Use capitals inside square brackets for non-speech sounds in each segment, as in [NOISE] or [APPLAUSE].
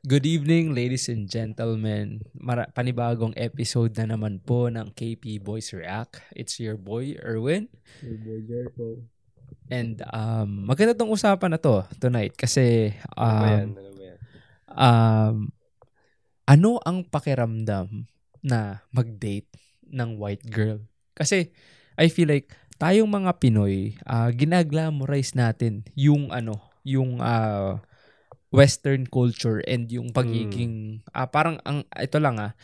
Good evening, ladies and gentlemen. Mara- panibagong episode na naman po ng KP Boys React. It's your boy, Erwin. Your boy Jerpo. And um, maganda tong usapan na to tonight kasi Ano ba yan? um, Ano ba yan? um, ano ang pakiramdam na mag-date ng white girl? Kasi I feel like tayong mga Pinoy, ah, ginaglamorize natin yung ano, yung ah, western culture and yung pagiging ah, parang ang ito lang ah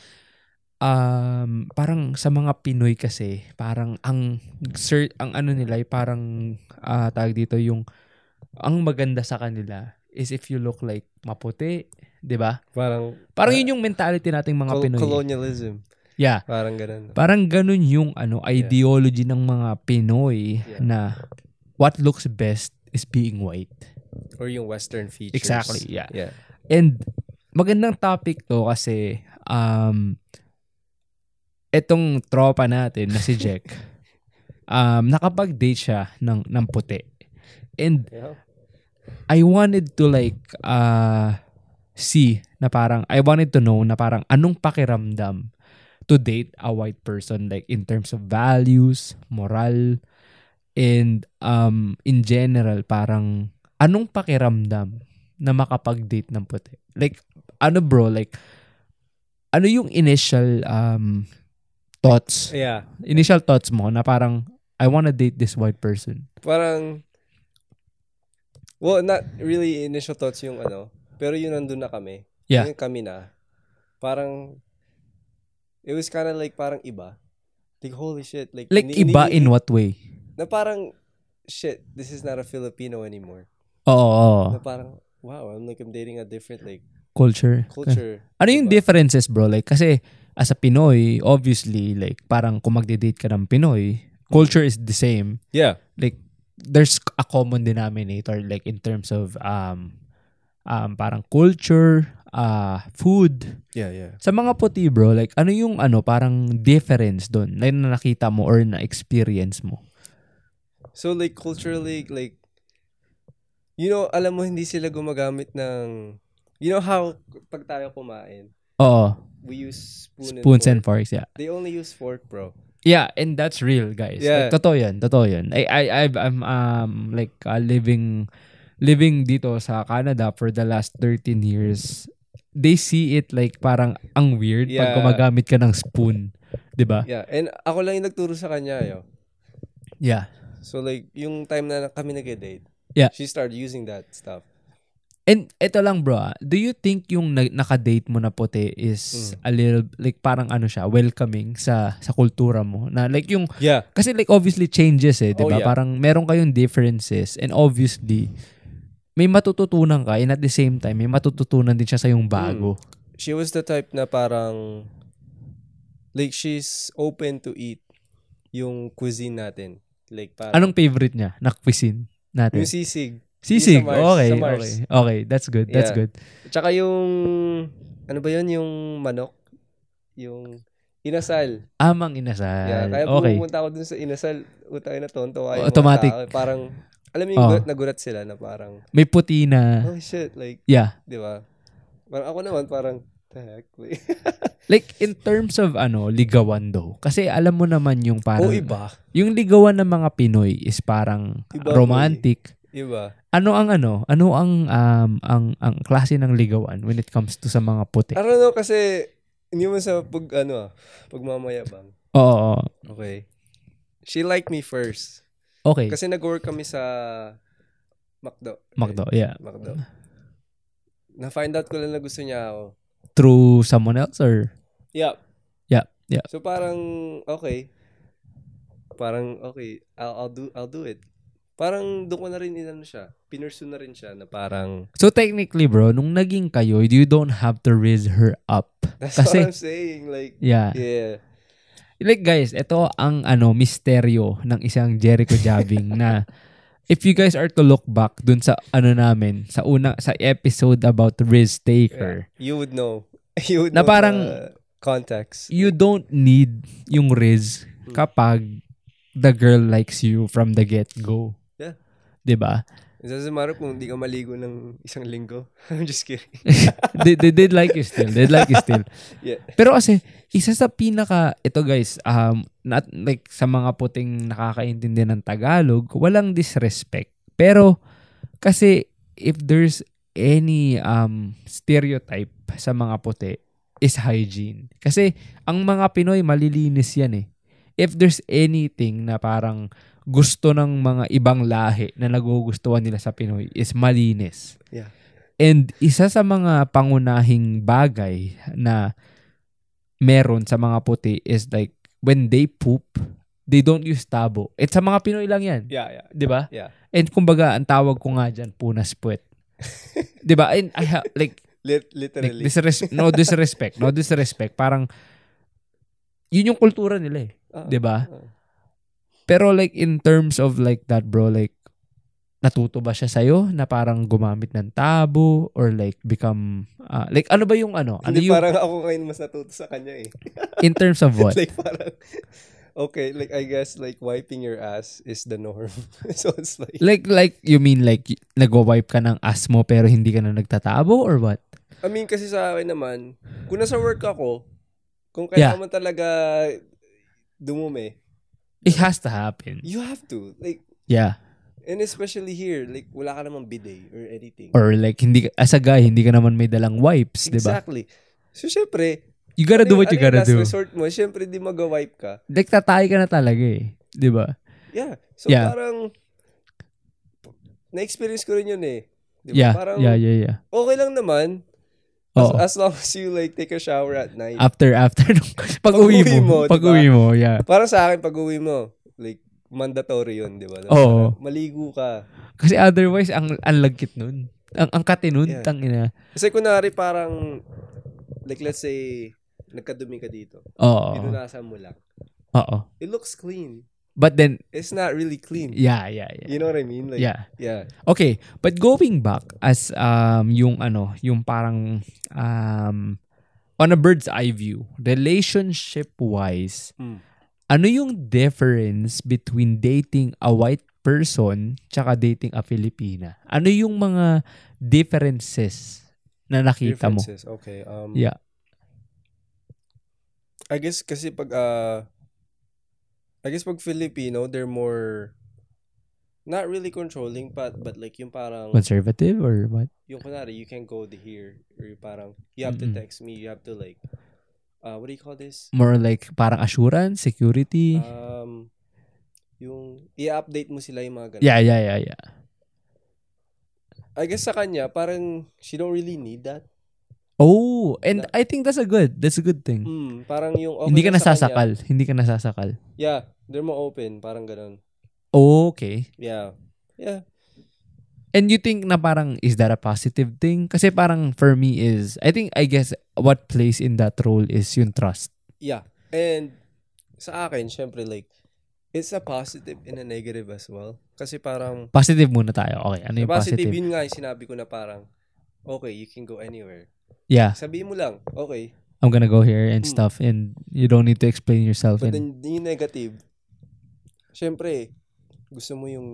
um, parang sa mga Pinoy kasi parang ang sir, ang ano nila ay parang ah, tawag dito yung ang maganda sa kanila is if you look like maputi, 'di ba? Parang Parang Ah, yun yung mentality nating mga col- Pinoy. colonialism. yeah. Parang ganun. Parang ganun yung ano ideology ng mga Pinoy Yeah. na what looks best is being white. Or yung western features. Exactly, yeah. Yeah. And magandang topic to kasi um etong tropa natin na si Jack um nakapag-date siya ng ng puti. And Yeah. I wanted to like uh see na parang I wanted to know na parang anong pakiramdam to date a white person like in terms of values, moral and um in general parang anong pakiramdam na makapag-date ng puti. Like ano bro like ano yung initial um thoughts Yeah. initial thoughts mo na parang I wanna date this white person. Parang Well, not really initial thoughts yung ano, pero yun nandun na kami. Yeah. Yung kami na. Parang it was kind of like parang iba. Like holy shit, like Like ini- iba ini- in what way? na parang shit, this is not a Filipino anymore. Oo, oo. Na parang wow, I'm like I'm dating a different like culture. [LAUGHS] culture. Ano yung Diba? differences, bro? Like, kasi as a Pinoy, obviously, like, parang kung magde-date ka ng Pinoy, culture is the same. Yeah. Like, there's a common denominator, like, in terms of, um, um parang culture, uh, food. Yeah, yeah. Sa mga puti, bro, like, ano yung, ano, parang difference doon na na nakita mo or na-experience mo? So like culturally like you know, alam mo hindi sila gumagamit ng you know how pag tayo kumain, Oo. we use spoon Spoons and and fork. forks, yeah. They only use fork, bro. Yeah, and that's real, guys. Yeah. Like, totoo yan, totoo yan. I, I, I've, I'm um, like uh, living living dito sa Canada for the last 13 years. They see it like parang ang weird pag Yeah. gumagamit ka ng spoon. 'di ba? Yeah, and ako lang yung nagturo sa kanya, yo. Yeah. So like yung time na kami nag-date, Yeah. she started using that stuff. And ito lang bro, ah, do you think yung na- nakadate mo na puti is Hmm. a little, like parang ano siya, welcoming sa sa kultura mo? Na like yung Yeah. Kasi like obviously changes eh, 'di Oh, ba? yeah. Parang meron kayong differences and obviously may matututunan ka and at the same time may matututunan din siya sa yung bago. She was the type na parang like she's open to eat yung cuisine natin. Like parang Anong favorite niya na cuisine natin? yung sisig. Sisig. Yung sa Mars, okay, sa Mars. okay. Okay, that's good. That's Yeah. good. Tsaka yung ano ba 'yon yung manok? Yung inasal. Amang inasal. Yeah, kaya Ah, okay. pumunta ako dun sa inasal, utay na tonto ay Automatic. Parang alam mo yung Oh. gulat na gulat sila na parang May puti na. oh shit like Yeah. 'di ba? Parang ako naman parang the heck. Like, Like in terms of ano, ligawan daw. Kasi alam mo naman yung parang oh iba. yung ligawan ng mga Pinoy is parang Iba, romantic. Iba. ano ang ano, ano ang um, ang ang klase ng ligawan when it comes to sa mga puti? I don't know kasi hindi mo sa pag ano ah, pagmamayabang. Oo, Oo. Okay. She liked me first. Okay. Kasi nag-work kami sa McDo. Magdo, yeah. McDo. Na-find out ko lang na gusto niya ako. Through someone else or Yeah. yeah, yeah. So parang okay. Parang okay, I'll, I'll do I'll do it. Parang doon ko na rin inano siya. Pinursu na rin siya na parang [LAUGHS] So technically, bro, nung naging kayo, you don't have to raise her up. That's Kasi- what I'm saying like Yeah. yeah. Like guys, ito ang ano misteryo ng isang Jericho jabbing na if you guys are to look back dun sa ano namin, sa una sa episode about risk taker, You would know. [LAUGHS] You would Na know parang- the context. you don't need yung risk kapag the girl likes you from the get-go. Diba? Yeah. 'Di ba? It doesn't matter kung hindi ka maligo ng isang linggo. [LAUGHS] I'm just kidding. they, they did like you still. They like you still. [LAUGHS] Yeah. Pero kasi, isa sa pinaka, ito guys, um, not, like sa mga puting nakakaintindi ng Tagalog, walang disrespect. Pero, kasi, if there's any um, stereotype sa mga puti, is hygiene. Kasi, ang mga Pinoy, malilinis yan eh. If there's anything na parang gusto ng mga ibang lahi na nagugustuhan nila sa Pinoy, is malinis. Yeah. And isa sa mga pangunahing bagay na meron sa mga puti is like when they poop, they don't use tabo. At sa mga Pinoy lang 'yan, Yeah, yeah. 'di ba? Yeah. And kumbaga ang tawag ko nga diyan punas [LAUGHS] puwet. 'Di ba? And I ha- like, Lit- like literally. disres- no disrespect, no disrespect. Parang yun yung kultura nila eh, Oo. 'di ba? Oo. Pero like in terms of like that bro, like natuto ba siya sa'yo na parang gumamit ng tabo or like become ah, like ano ba yung ano? Ano Hindi, yung parang ako ngayon mas natuto sa kanya eh. in terms [LAUGHS] of what? like parang, okay, like I guess like wiping your ass is the norm. [LAUGHS] so it's like, Like, like, you mean like, y- nagwa-wipe ka ng ass mo pero hindi ka na nagtatabo or what? I mean kasi sa akin naman, kung nasa work ako, kung Yeah. kailangan talaga dumumi, It has to happen. you have to. Like, Yeah. and especially here, like wala ka namang bidet or anything. Or like, hindi ka, as a guy, hindi ka naman may dalang wipes, di ba? exactly. So syempre, You gotta do ano yung- what you ano yung gotta last do. resort mo, syempre di magawipe ka. Like, tatay ka na talaga eh. Di ba? Yeah. So Yeah. parang, na-experience ko rin yun eh. Di ba? Yeah. Parang, Yeah, yeah, yeah. okay lang naman. As, Oo. Ah. as long as you like take a shower at night. After, after, [LAUGHS] nung- pag uwi Pag-uwi mo, mo. di Pag uwi mo, yeah. Parang sa akin, pag uwi mo, like, mandatory yun, di ba? Na Oo. parang Maligo ka. Kasi otherwise, ang, ang lagkit nun. Ang, ang kate nun, Yeah. tangina. Kasi kunwari parang, like let's say, nagkadumi ka dito. Oo. Pinunasan mo lang. Oo. It looks clean. But then, It's not really clean. yeah, yeah, yeah. You know what I mean? Like, Yeah. yeah. Okay, but going back as um yung ano, yung parang um on a bird's eye view, relationship wise, Mm. ano yung difference between dating a white person tsaka dating a Filipina? Ano yung mga differences na nakita mo? Differences. Okay. Um, Yeah. I guess kasi pag, uh, I guess pag Filipino, they're more, not really controlling, but, but like yung parang, Conservative or what? yung kunwari, you can go to here, or yung parang, you have Mm-mm. to text me, you have to like, uh, what do you call this? More like parang assurance, security? Um, yung, i-update mo sila yung mga ganun. yeah, yeah, yeah, yeah. I guess sa kanya, parang, she don't really need that. Oh, and I think that's a good, that's a good thing. Mm, parang yung okay Hindi ka lang sa kanya. nasasakal, hindi ka nasasakal. Yeah, they're more open, parang ganun. Okay. Yeah. Yeah. And you think na parang, is that a positive thing? Kasi parang for me is, I think, I guess, what plays in that role is yung trust. Yeah. And sa akin, syempre like, it's a positive and a negative as well. Kasi parang, Positive muna tayo. Okay, ano yung positive, positive? yun nga yung sinabi ko na parang, okay, you can go anywhere. Yeah, Sabihin mo lang, okay. I'm gonna go here and Mm. stuff and you don't need to explain yourself. But and, then, yung negative, syempre, gusto mo yung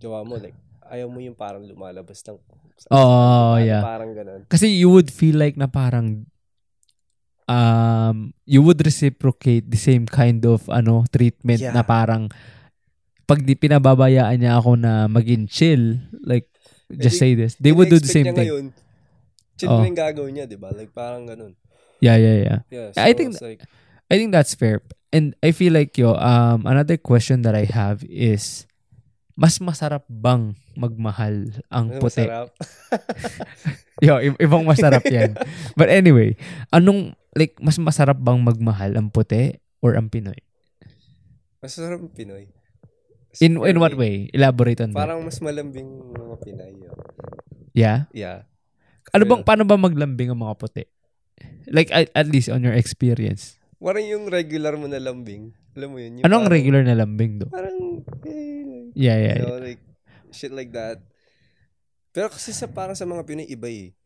jowa mo, like, ayaw mo yung parang lumalabas lang. sa- oh, ano, yeah. Parang ganun. Kasi you would feel like na parang, um, you would reciprocate the same kind of, ano, treatment Yeah. na parang, pag di pinababayaan niya ako na maging chill, like, just Eh, say this. They would do the Ina-expect same niya thing. Ngayon, chill Oh. na yung gagawin niya, di ba? Like, parang ganun. Yeah, yeah, yeah. Yeah, so I think it's like, I think that's fair. And I feel like yo, um, another question that I have is, mas masarap bang magmahal ang ano, puti? masarap. Yo, i- ibang masarap [LAUGHS] yan. But anyway, anong, like, mas masarap bang magmahal ang puti or ang Pinoy? Masarap ang Pinoy. Kasi In in for what me, way? Elaborate on that. Parang mas malambing yung mga Pinay. yun. Yeah? Yeah. Ano bang, paano ba maglambing ang mga puti? Like, at, at least on your experience. Parang yung regular mo na lambing. Alam mo yun? Yung Anong parang- regular na lambing do? Parang, eh, Yeah, yeah, you yeah. know, like, shit like that. Pero kasi sa parang sa mga Pinoy, iba eh.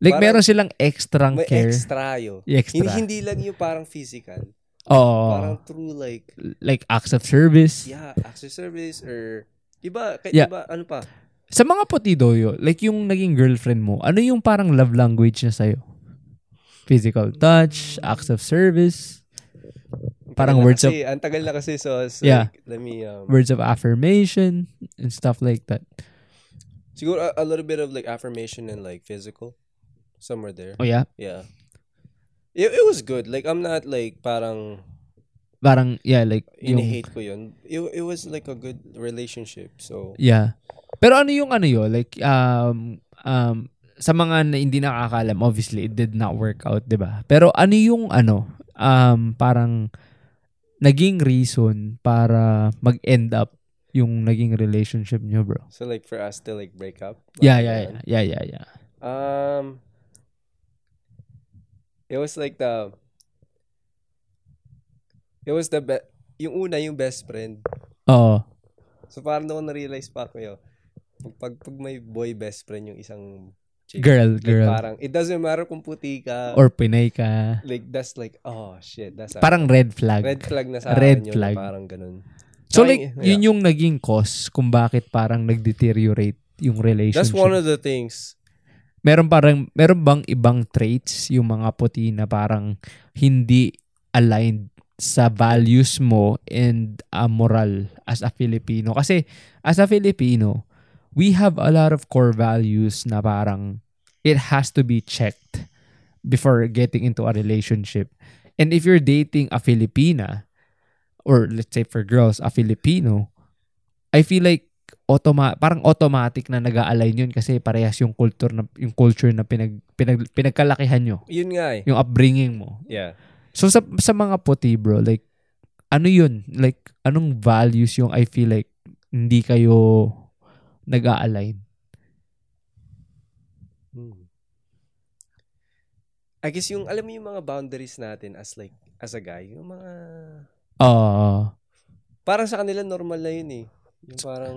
Like, parang- meron silang extrang May care. extra yo. Hin- Extra. Hindi, lang yung parang physical. Oo. Parang through like, like, acts of service. yeah, access service or Iba, kay, Yeah. iba, ano pa? Sa mga potidoyo, like yung naging girlfriend mo, ano yung parang love language niya sa'yo? Physical touch, acts of service, Ang Parang tagal na words kasi, Ang tagal na kasi, so, so Yeah. like, let me, um, words of affirmation, and stuff like that. siguro a, a little bit of like affirmation and like physical. Somewhere there. Oh yeah? Yeah. It, it was good. Like, I'm not like parang Parang, yeah, like, yung, in-hate ko yun. It, it was like a good relationship. So, yeah. Pero ano yung ano yun? Like, um, um, sa mga na hindi nakakalam, obviously, it did not work out, di ba? Pero ano yung ano, um, parang naging reason para mag-end up yung naging relationship niyo, bro? so like for us to like break up. like, Yeah, yeah, ganun. yeah, yeah, yeah, yeah. Um, it was like the, it was the be- yung una yung best friend. Oo. So parang ako na-realize pa ako yun. Pag, pag may boy best friend yung isang chick, Girl, like, girl. parang, it doesn't matter kung puti ka. Or Pinay ka. like, that's like, oh shit, that's a- Parang red flag. red flag na sa red akin yun, flag. Parang ganun. So Tsaka like, yung- yun yung naging cause kung bakit parang nag-deteriorate yung relationship. That's one of the things. meron parang meron bang ibang traits yung mga puti na parang hindi aligned sa values mo and uh, moral as a Filipino kasi as a Filipino we have a lot of core values na parang it has to be checked before getting into a relationship and if you're dating a Filipina or let's say for girls a Filipino I feel like automa parang automatic na nag-align yun kasi parehas yung culture na yung culture na pinag, pinag pinagkalakihan nyo, Yun nga eh. yung upbringing mo. Yeah. So sa sa mga puti bro, like ano yun? Like anong values yung I feel like hindi kayo nag-align? I guess yung, alam mo yung mga boundaries natin as like, as a guy, yung mga, Ah, parang sa kanila normal na yun eh. Yung parang,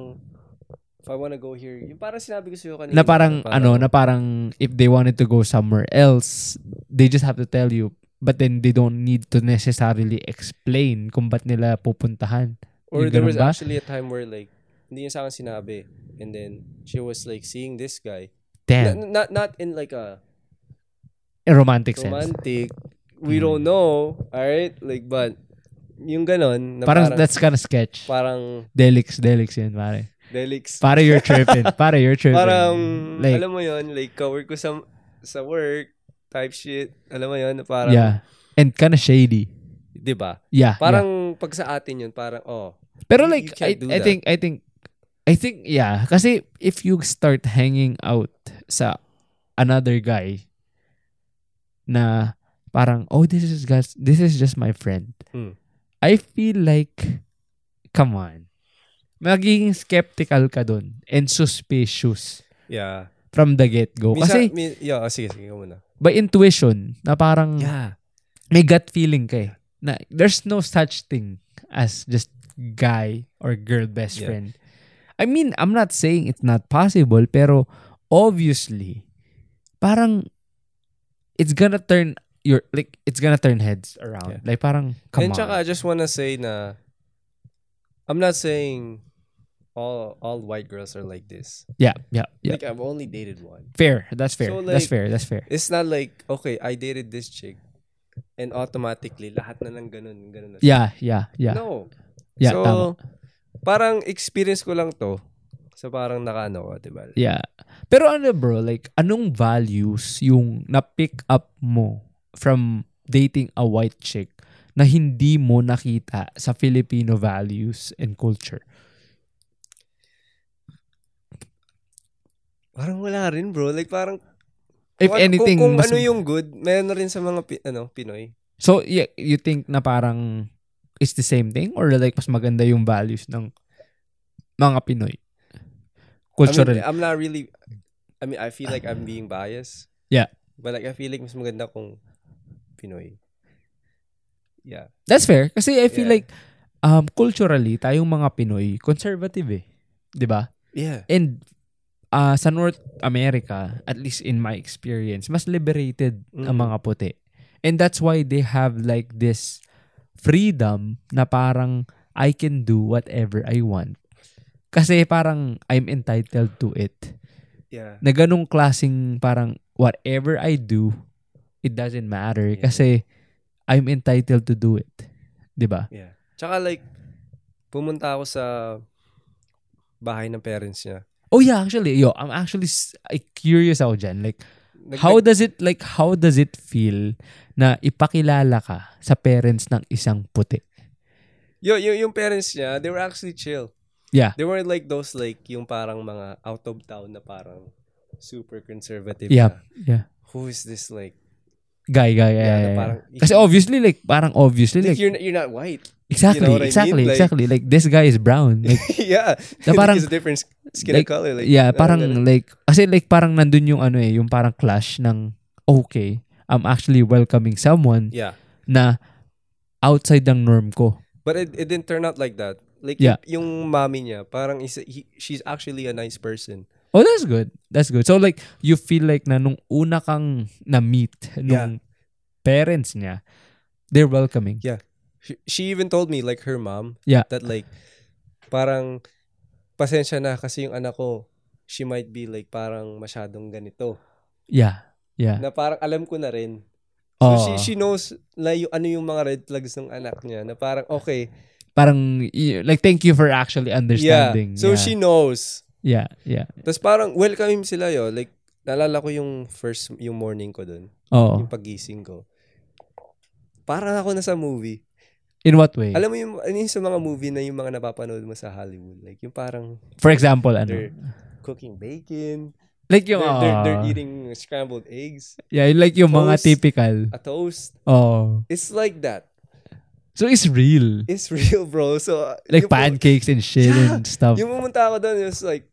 if I wanna go here, yung parang sinabi ko sa'yo kanina. na parang ano, na parang if they wanted to go somewhere else, they just have to tell you but then they don't need to necessarily explain kung ba't nila pupuntahan. Or Yung there ganun was ba? actually a time where like, hindi niya sa akin sinabi. And then, she was like seeing this guy. Damn, N- Not, not in like a in romantic sense. romantic, we Mm. don't know, alright? Like, but, yung ganon, na Parang, parang, that's kind of sketch. parang Delix, Delix yan, pare. relics. Pare, you're [LAUGHS] tripping. Pare, you're tripping. Parang, like, alam mo yun, like, cover ko sa, sa work, type shit, alam mo yun, na parang, yeah. And kind of shady. di ba? Yeah. yeah. Parang, pag sa atin yun, parang, oh, Pero you- like, you I, can't do I that. think, I think, I think, yeah. Kasi if you start hanging out sa another guy na parang, oh, this is just, this is just my friend. Hmm. I feel like, come on. Magiging skeptical ka dun and suspicious yeah. from the get-go. Kasi, Minsan- min- yeah, oh, sige, sige, ikaw muna. by intuition, na parang, Yeah. may gut feeling ka eh. Na there's no such thing as just guy or girl best Yeah. friend. I mean, I'm not saying it's not possible, pero obviously, parang it's gonna turn your like it's gonna turn heads around. Yeah. Like parang come And on. tsaka, I just wanna say na, I'm not saying all all white girls are like this. yeah, yeah, yeah. Like, I've only dated one. fair. That's fair. So, that's like- fair. That's fair. It's not like, okay, I dated this chick, and automatically, lahat na lang ganun, ganun na. siya. Yeah, yeah, yeah. No. yeah, so, tama. parang experience ko lang to. So, parang nakano ko, di ba? Yeah. Pero ano bro, like anong values yung na-pick up mo from dating a white chick na hindi mo nakita sa Filipino values and culture? Parang wala rin, bro. Like, parang... If kung ano- anything, Kung, kung mas- ano yung good, meron na rin sa mga Pi- ano, Pinoy. So, yeah, you think na parang it's the same thing or like mas maganda yung values ng mga Pinoy? I mean, Cultural. I'm not really... I mean, I feel like I'm being biased. Yeah. But like, I feel like mas maganda kung Pinoy. Yeah. That's fair. Kasi I feel Yeah. like um, culturally, tayong mga Pinoy, conservative eh. 'Di ba? Yeah. And uh, sa North America, at least in my experience, mas liberated ang Mm. mga puti. And that's why they have like this freedom na parang I can do whatever I want. Kasi parang I'm entitled to it. Yeah. Na ganong klaseng parang whatever I do, it doesn't matter Yeah. kasi I'm entitled to do it. 'Di ba? Yeah. Tsaka like, pumunta ako sa bahay ng parents niya. Oh yeah, actually, yo, I'm actually s- I curious ako dyan. Like, Nag- how does it, like, how does it feel na ipakilala ka sa parents ng isang puti? Yo, yo, yung parents niya, they were actually chill. Yeah. They weren't like those like yung parang mga out of town na parang super conservative. Yeah, na, yeah. Who is this like? Guy, guy, yeah, Yeah, na yeah, yeah. parang- Kasi obviously, like, parang obviously, Like, like, you're, you're not white. [LAUGHS] exactly, you know what I mean? exactly, Like- exactly. Like, this guy is brown. [LAUGHS] Like, yeah. Na [LAUGHS] parang- There's a different skin like, of color. Like, yeah, ano, parang, ganun. like, kasi, like, parang nandun yung, ano eh, yung parang clash ng, okay, I'm actually welcoming someone Yeah. na outside ng norm ko. But it, it didn't turn out like that. Like, Yeah. yung, yung mommy niya, parang isa, he, she's actually a nice person. Oh, that's good. That's good. So like you feel like na nung una kang na-meet nung parents niya, they're welcoming. She, she even told me, like, her mom, Yeah. that like, parang, pasensya na kasi yung anak ko, she might be like, parang masyadong ganito. Yeah. Yeah. Na parang alam ko na rin. So, Oh, she, she knows, like, yung, ano yung mga red flags ng anak niya, na parang, okay, parang y- like thank you for actually yeah. understanding. So, yeah. she knows. Yeah, yeah. Tapos parang welcome sila yo. Like, naalala ko yung first, yung morning ko dun. Oh. Yung pagising ko. Parang ako nasa movie. In what way? Alam mo yung, ano yung sa mga movie na yung mga napapanood mo sa Hollywood. Like, yung parang For example, ano? they're cooking bacon. Like They're, yung they're, they're oh, eating scrambled eggs. Yeah, like yung mga toast. typical. A toast. Oh. It's like that. So it's real. It's [LAUGHS] real, bro. So, uh, Like yung pu- pancakes and shit Yeah. and stuff. Yung pumunta ako doon, it was like,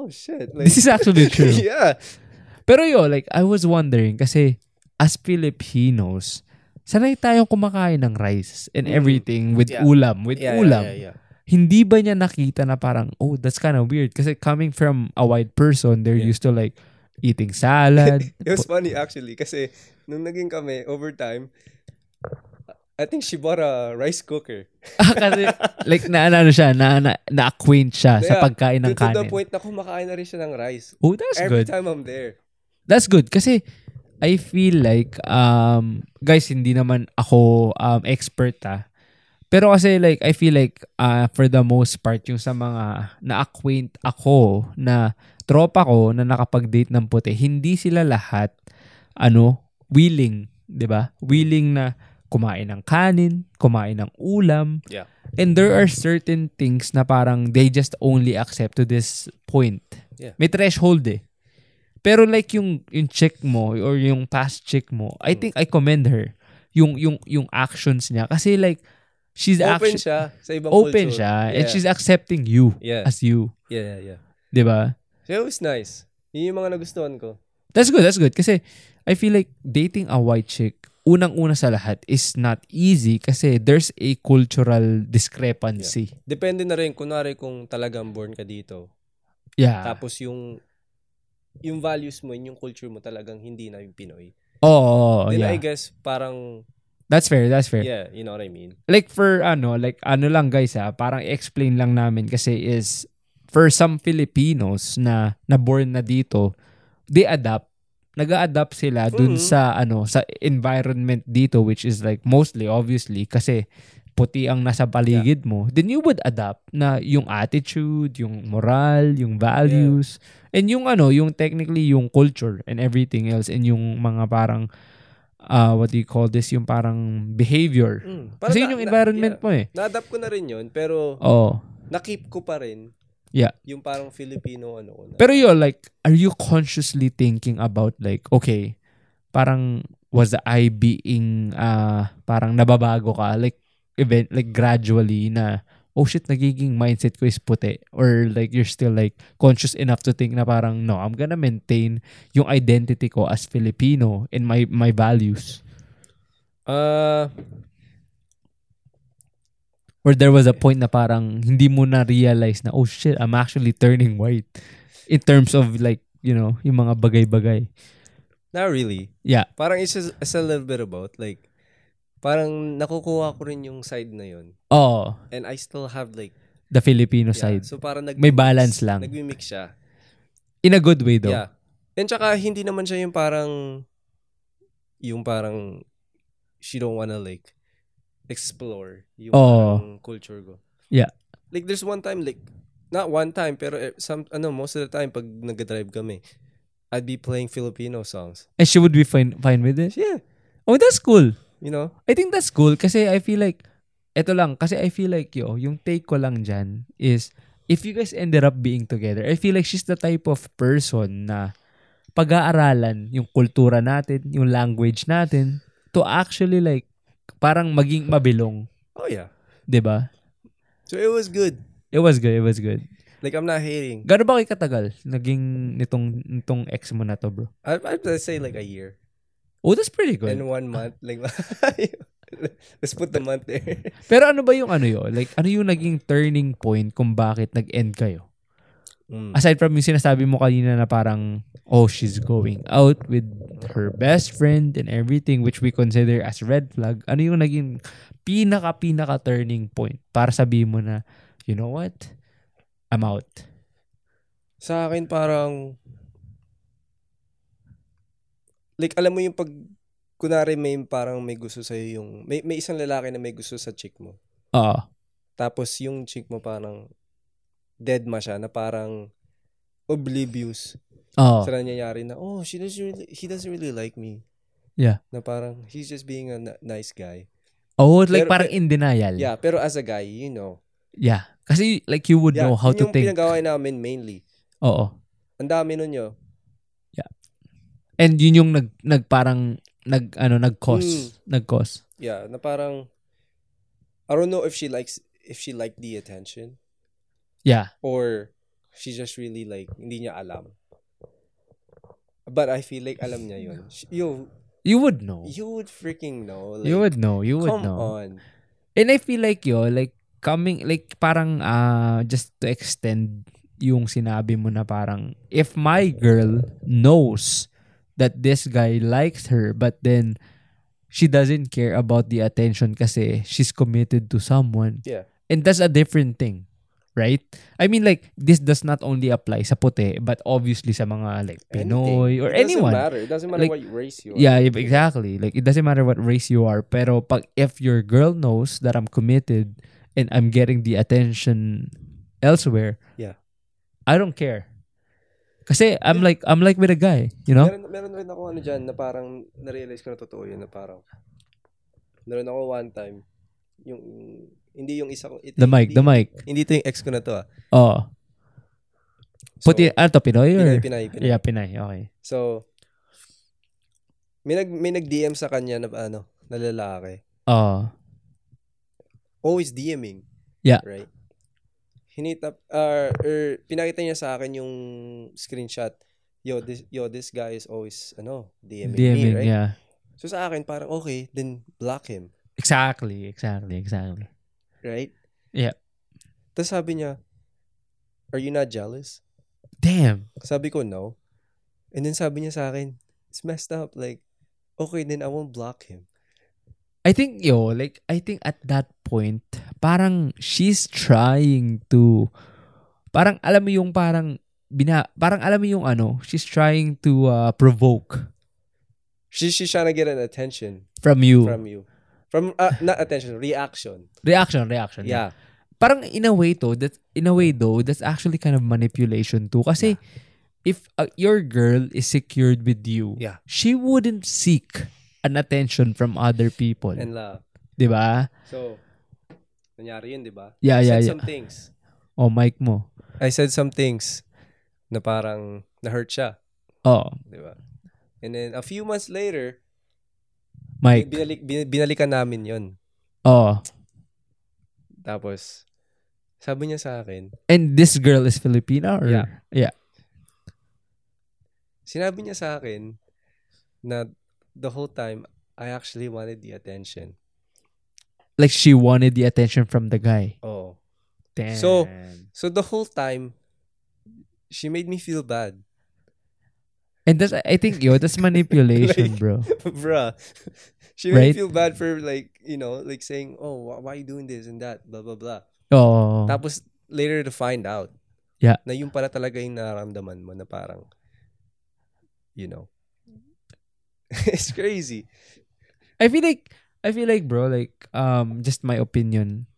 oh shit. Like, This is actually true. [LAUGHS] yeah. Pero yo, like, I was wondering kasi as Filipinos, sanay tayong kumakain ng rice and Mm. everything with Yeah. ulam, with Yeah, ulam. yeah, yeah, yeah. Hindi ba niya nakita na parang, oh, that's kind of weird kasi coming from a white person, they're Yeah. used to like eating [LAUGHS] salad. [LAUGHS] It was funny actually kasi nung naging kami overtime, I think she bought a rice cooker. Ah, kasi like na ano siya, na, na, na-acquaint siya sa Yeah, pagkain ng To, to the kanin. point na kumakain na rin siya ng rice. Oh, that's Every good. time I'm there. That's good kasi I feel like um guys hindi naman ako um expert ah. Pero kasi like I feel like uh, for the most part yung sa mga na-acquaint ako na tropa ko na nakapag-date ng puti, hindi sila lahat ano willing, 'di ba? Willing na kumain ng kanin, kumain ng ulam. Yeah. And there are certain things na parang they just only accept to this point. Yeah. May threshold eh. Pero like yung yung check mo or yung past check mo, I Mm. think I commend her yung yung yung actions niya kasi like she's Open actually siya sa ibang open culture. siya and Yeah. she's accepting you Yeah. as you, Yeah, yeah, yeah. 'di ba? So it was nice. Yun yung mga nagustuhan ko. That's good, that's good kasi I feel like dating a white chick unang-una sa lahat is not easy kasi there's a cultural discrepancy. Depende na rin, kunwari kung talagang born ka dito. Yeah. Tapos yung yung values mo, yung culture mo talagang hindi na yung Pinoy. Oo, oh, Then I yeah. guess parang, That's fair, that's fair. yeah, you know what I mean. like for ano, like ano lang guys ha, parang explain lang namin kasi is for some Filipinos na na born na dito, they adapt. Nag-adapt sila dun Mhm. sa ano, sa environment dito which is like mostly obviously kasi puti ang nasa paligid mo, then you would adapt na yung attitude, yung moral, yung values, and yung ano, yung technically yung culture and everything else and yung mga parang uh, what do you call this, yung parang behavior Mm. Parang Hmm. kasi na- yun yung na- environment yeah. mo eh. Na-adapt ko na rin yun, pero Oo. nakip ko pa rin Yeah. yung parang Filipino ano ko na. Pero yun, like, are you consciously thinking about like, okay, parang was I being, ah parang nababago ka? Like, event, like gradually na, oh shit, nagiging mindset ko is puti. Or like, you're still like conscious enough to think na parang, no, I'm gonna maintain yung identity ko as Filipino and my, my values. Ah, Or there was a point na parang hindi mo na realize na, oh shit, I'm actually turning white. In terms of like, you know, yung mga bagay-bagay. not really. Yeah. Parang it's, just, it's a little bit about like parang nakukuha ko rin yung side na yun. Oh, And I still have like the Filipino Yeah. side. So parang nag May balance lang. Nagmi-mix siya. In a good way though. Yeah. And tsaka hindi naman siya yung parang yung parang she don't wanna like explore yung Oo. parang culture ko. Yeah. Like there's one time like not one time pero eh, some ano most of the time pag nagdrive kami I'd be playing Filipino songs. And she would be fine fine with it. Yeah, Oh, that's cool. you know. I think that's cool kasi I feel like eto lang kasi I feel like yo, yung take ko lang dyan is if you guys ended up being together, I feel like she's the type of person na pag-aaralan yung kultura natin, yung language natin to actually like parang maging mabilong, Oh yeah. 'di ba? So it was good. It was good, it was good. Like I'm not hating. Gaano ba kayo katagal naging nitong nitong ex mo na to, bro? I I'd say like a year Oh, that's pretty good. and one month like [LAUGHS] let's put the month there. [LAUGHS] Pero ano ba yung ano yo? Like ano yung naging turning point kung bakit nag-end kayo? Mm. aside from yung sinasabi mo kanina na parang, oh, she's going out with her best friend and everything, which we consider as red flag, ano yung naging pinaka-pinaka turning point para sabihin mo na, you know what? I'm out. Sa akin parang like alam mo yung pag kunari may parang may gusto sa yung may may isang lalaki na may gusto sa chick mo. Oo. Tapos yung chick mo parang dead ma siya na parang oblivious Oo. sa nangyayari na oh she doesn't really, he doesn't really like me. Yeah. Na parang he's just being a n- nice guy. Oh, like Pero- parang in denial. Yeah, pero as a guy, you know. Yeah. Kasi like you would Yeah, know how yun to yung think. pinagawa namin mainly. Oo. Ang dami nun yo. And yun yung nag, nag parang nag ano nag-cause, Mm. nag-cause. Yeah, na parang I don't know if she likes if she liked the attention. Yeah. or she just really like hindi niya alam. But I feel like alam niya yun. Sh- Yo, You would know. You, you would freaking know. Like, would know. You would come know. on. And I feel like yo, like coming like parang ah just to extend yung sinabi mo na parang if my girl knows that this guy likes her but then she doesn't care about the attention kasi she's committed to someone. Yeah. And that's a different thing. Right? I mean like this does not only apply sa puti but obviously sa mga like Pinoy Anything. or It doesn't anyone. matter. It doesn't matter Like, what race you are. Yeah, if- exactly. Like it doesn't matter what race you are, pero pag if your girl knows that I'm committed and I'm getting the attention elsewhere, Yeah. I don't care. Kasi I'm like I'm like with a guy, you know? Meron, meron rin ako ano dyan na parang narealize ko na totoo yun na parang meron ako one time yung hindi yung isa ko ito, The mic, hindi, the mic. hindi ito yung ex ko na to ah. Oh. So, Puti, ano to, Pinoy or? Pinay, Pinay, Pinay. Yeah, Pinay. Okay. So may nag may nag-DM sa kanya na ano, na lalaki. Oh. always DMing. Yeah. Right? Hinit up, or or pinakita niya sa akin yung screenshot. Yo, this, yo, this guy is always, ano, DMing, me, DMing, right? yeah. So sa akin, parang, okay, then block him. Exactly, exactly, exactly. Right? Yeah. Tapos sabi niya, are you not jealous? Damn. Sabi ko, no. And then sabi niya sa akin, it's messed up. Like, okay, then I won't block him. I think yo, like I think at that point, parang she's trying to parang alam mo yung parang bina, parang alam mo yung ano, she's trying to uh, provoke She, she's trying to get an attention from you. from you. From, uh, not attention, reaction. reaction, reaction. Yeah. Parang in a way to that in a way though, that's actually kind of manipulation too kasi if uh, your girl is secured with you, Yeah. she wouldn't seek an attention from other people, And love. 'di ba? So, nangyari yun, di ba? Yeah, I yeah, said yeah. some things. Oh, mic mo. I said some things na parang na-hurt siya, Oh, di ba? And then, a few months later, mic. binalik, bin- binalikan namin yun. Oh. Tapos, sabi niya sa akin, And this girl is Filipina or Yeah. yeah. sinabi niya sa akin na the whole time, I actually wanted the attention. Like she wanted the attention from the guy. Oh. Damn. So- So, the whole time, she made me feel bad. and that's I think yo, that's manipulation, bro. [LAUGHS] Bruh. She made Right? me feel bad for like, you know, like saying, oh, wh- why are you doing this and that, blah, blah, blah. Oh. Tapos later to find out. Yeah. Na yung pala talaga yung nararamdaman mo na parang, you know. [LAUGHS] it's crazy. I feel like I feel like bro, like um just my opinion.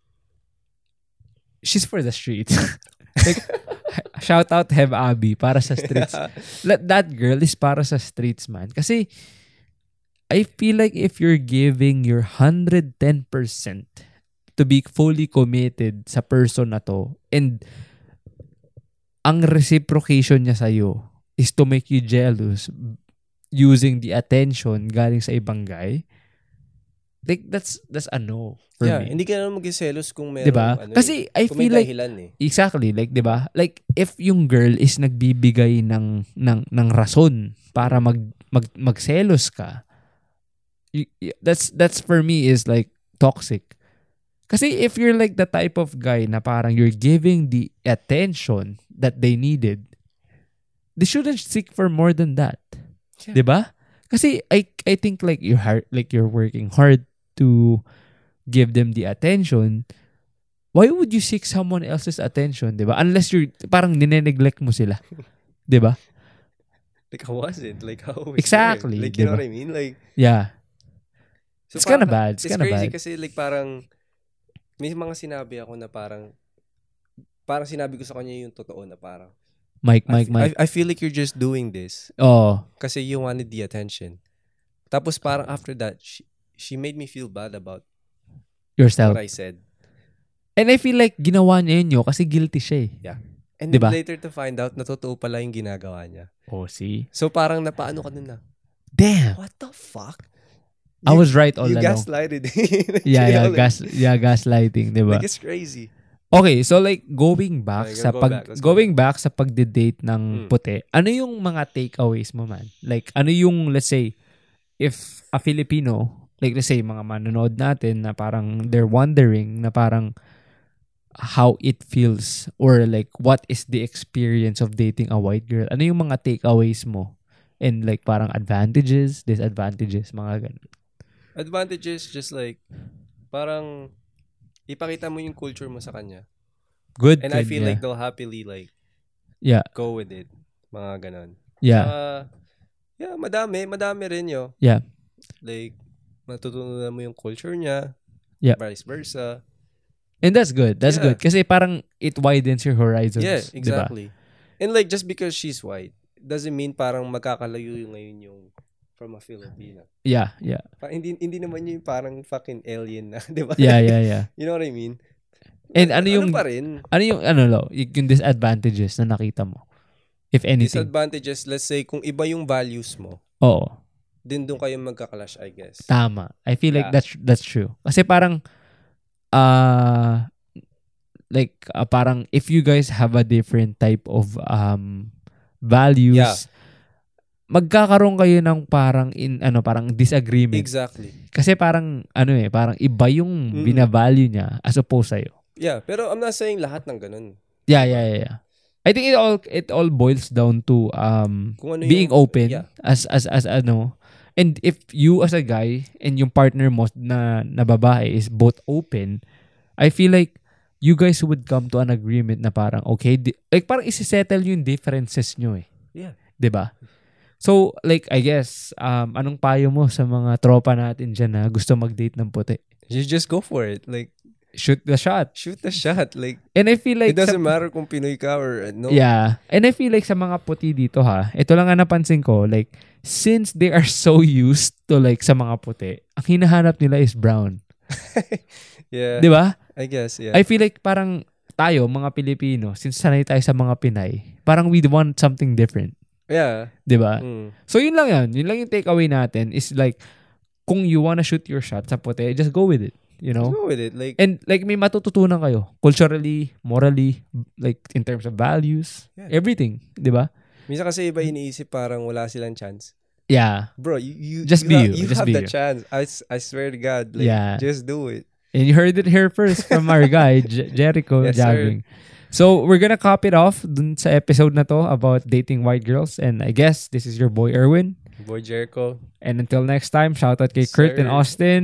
She's for the streets. [LAUGHS] like shout out Heb Abby para sa [LAUGHS] streets. Let that girl is para sa streets man. Kasi I feel like if you're giving your 110% to be fully committed sa person na to and ang reciprocation niya sa'yo is to make you jealous using the attention galing sa ibang guy, like that's that's a no for yeah, me. hindi ka naman magkiselos kung meron. 'Di ba? ano eh, Kasi I kung may feel like dahilan eh. Exactly, like 'di ba? Like if yung girl is nagbibigay ng ng ng rason para mag mag magselos ka. y- y- That's that's for me is like toxic. Kasi if you're like the type of guy na parang you're giving the attention that they needed, they shouldn't seek for more than that. Yeah. 'Di ba? Kasi I I think like you hard like you're working hard to give them the attention. Why would you seek someone else's attention, 'di ba? Unless you're parang nineneglect mo sila. 'Di ba? Like, how was it? Like, how was Exactly, Like, di you know ba? what I mean? Like, Yeah. so It's kinda parang- bad. It's It's kinda crazy bad. kasi like parang, may mga sinabi ako na parang, parang sinabi ko sa kanya yung totoo na parang, Mike, I Mike, fe- Mike. I, I feel like you're just doing this Oh, kasi you wanted the attention. Tapos parang after that, she, she made me feel bad about yourself. what I said. And I feel like ginawa niya yun yo kasi guilty siya eh. Yeah. And Di ba? then later to find out na totoo pala yung ginagawa niya. Oh, see? So parang napaano ka nun na, Damn. what the fuck? I was right all you along. gaslighted. [LAUGHS] You Yeah, yeah, know, like- gas, diba? yeah, gaslighting, 'di ba? Like, it's crazy. Okay, so like going back Okay, sa go pag back. Let's go going back sa pagde-date ng Mm. puti. Ano yung mga takeaways mo man? Like ano yung let's say if a Filipino, like let's say mga manonood natin na parang they're wondering na parang how it feels or like what is the experience of dating a white girl? Ano yung mga takeaways mo? And like parang advantages, disadvantages, mga ganun. Advantages, just like, parang, ipakita mo yung culture mo sa kanya. Good And I thing, feel yeah. like they'll happily, like, Yeah. go with it. Mga ganon. yeah. Ah, yeah, madami. Madami rin yo. Yeah. Like, matutunan mo yung culture niya. Yeah. Vice versa. And that's good. That's Yeah. good kasi parang it widens your horizons, yeah, 'di ba? exactly. And like, just because she's white, doesn't mean parang magkakalayo yung ngayon yung from a Filipina. Yeah, yeah. Pa- hindi, hindi naman yun yung parang fucking alien na, [LAUGHS] di ba? Yeah, yeah, [LAUGHS] yeah. you know what I mean? And ano yung- pa rin? Ano yung ano lo, yung disadvantages na nakita mo? If anything. Disadvantages, let's say, kung iba yung values mo, Oo, din doon kayo magkakalash, I guess. tama. I feel like Yeah. that's that's true. Kasi parang uh like ah, parang if you guys have a different type of um values Yeah. magkakaroon kayo ng parang in ano parang disagreement Exactly. kasi parang ano eh parang iba yung Mm. binavalue niya as opposed sa'yo. Yeah, pero I'm not saying lahat ng ganun. Yeah, yeah, yeah, yeah. I think it all it all boils down to um Kung ano being yung- open yeah. as as as ano. And if you as a guy and yung partner mo na na babae is both open, I feel like you guys would come to an agreement na parang okay, di- like parang isi-settle yung differences nyo eh. Yeah. 'Di ba? So like I guess um anong payo mo sa mga tropa natin diyan na gusto mag-date ng puti? You just go for it. Like, Shoot the shot. shoot the shot. Like, And I feel like it sa- doesn't matter kung Pinoy ka or uh, no. Yeah. And I feel like sa mga puti dito ha, ito lang ang napansin ko, like, since they are so used to like sa mga puti, ang hinahanap nila is brown. Yeah, Di ba? I guess, yeah. I feel like parang tayo, mga Pilipino, since sanay tayo sa mga Pinay, parang we want something different. yeah. Di ba? Mm. So yun lang yan. Yun lang yung takeaway natin is like, kung you wanna shoot your shot sa puti, just go with it. You know? Just go with it. Like, And like may matututunan kayo culturally, morally, like in terms of values, Yeah. everything, 'di ba? minsan kasi iba iniisip parang wala silang chance. Yeah. Bro, you, you Just be have, you, just have be the you. chance. I, s- I swear to God. Like, Yeah. just do it. And you heard it here first from our guy, J- Jericho Yes, sir. Jagging. So, we're gonna cop it off dun sa episode na to about dating white girls. And I guess this is your boy, Erwin. Boy Jericho. And until next time, shout out kay Kurt and Sir. Austin.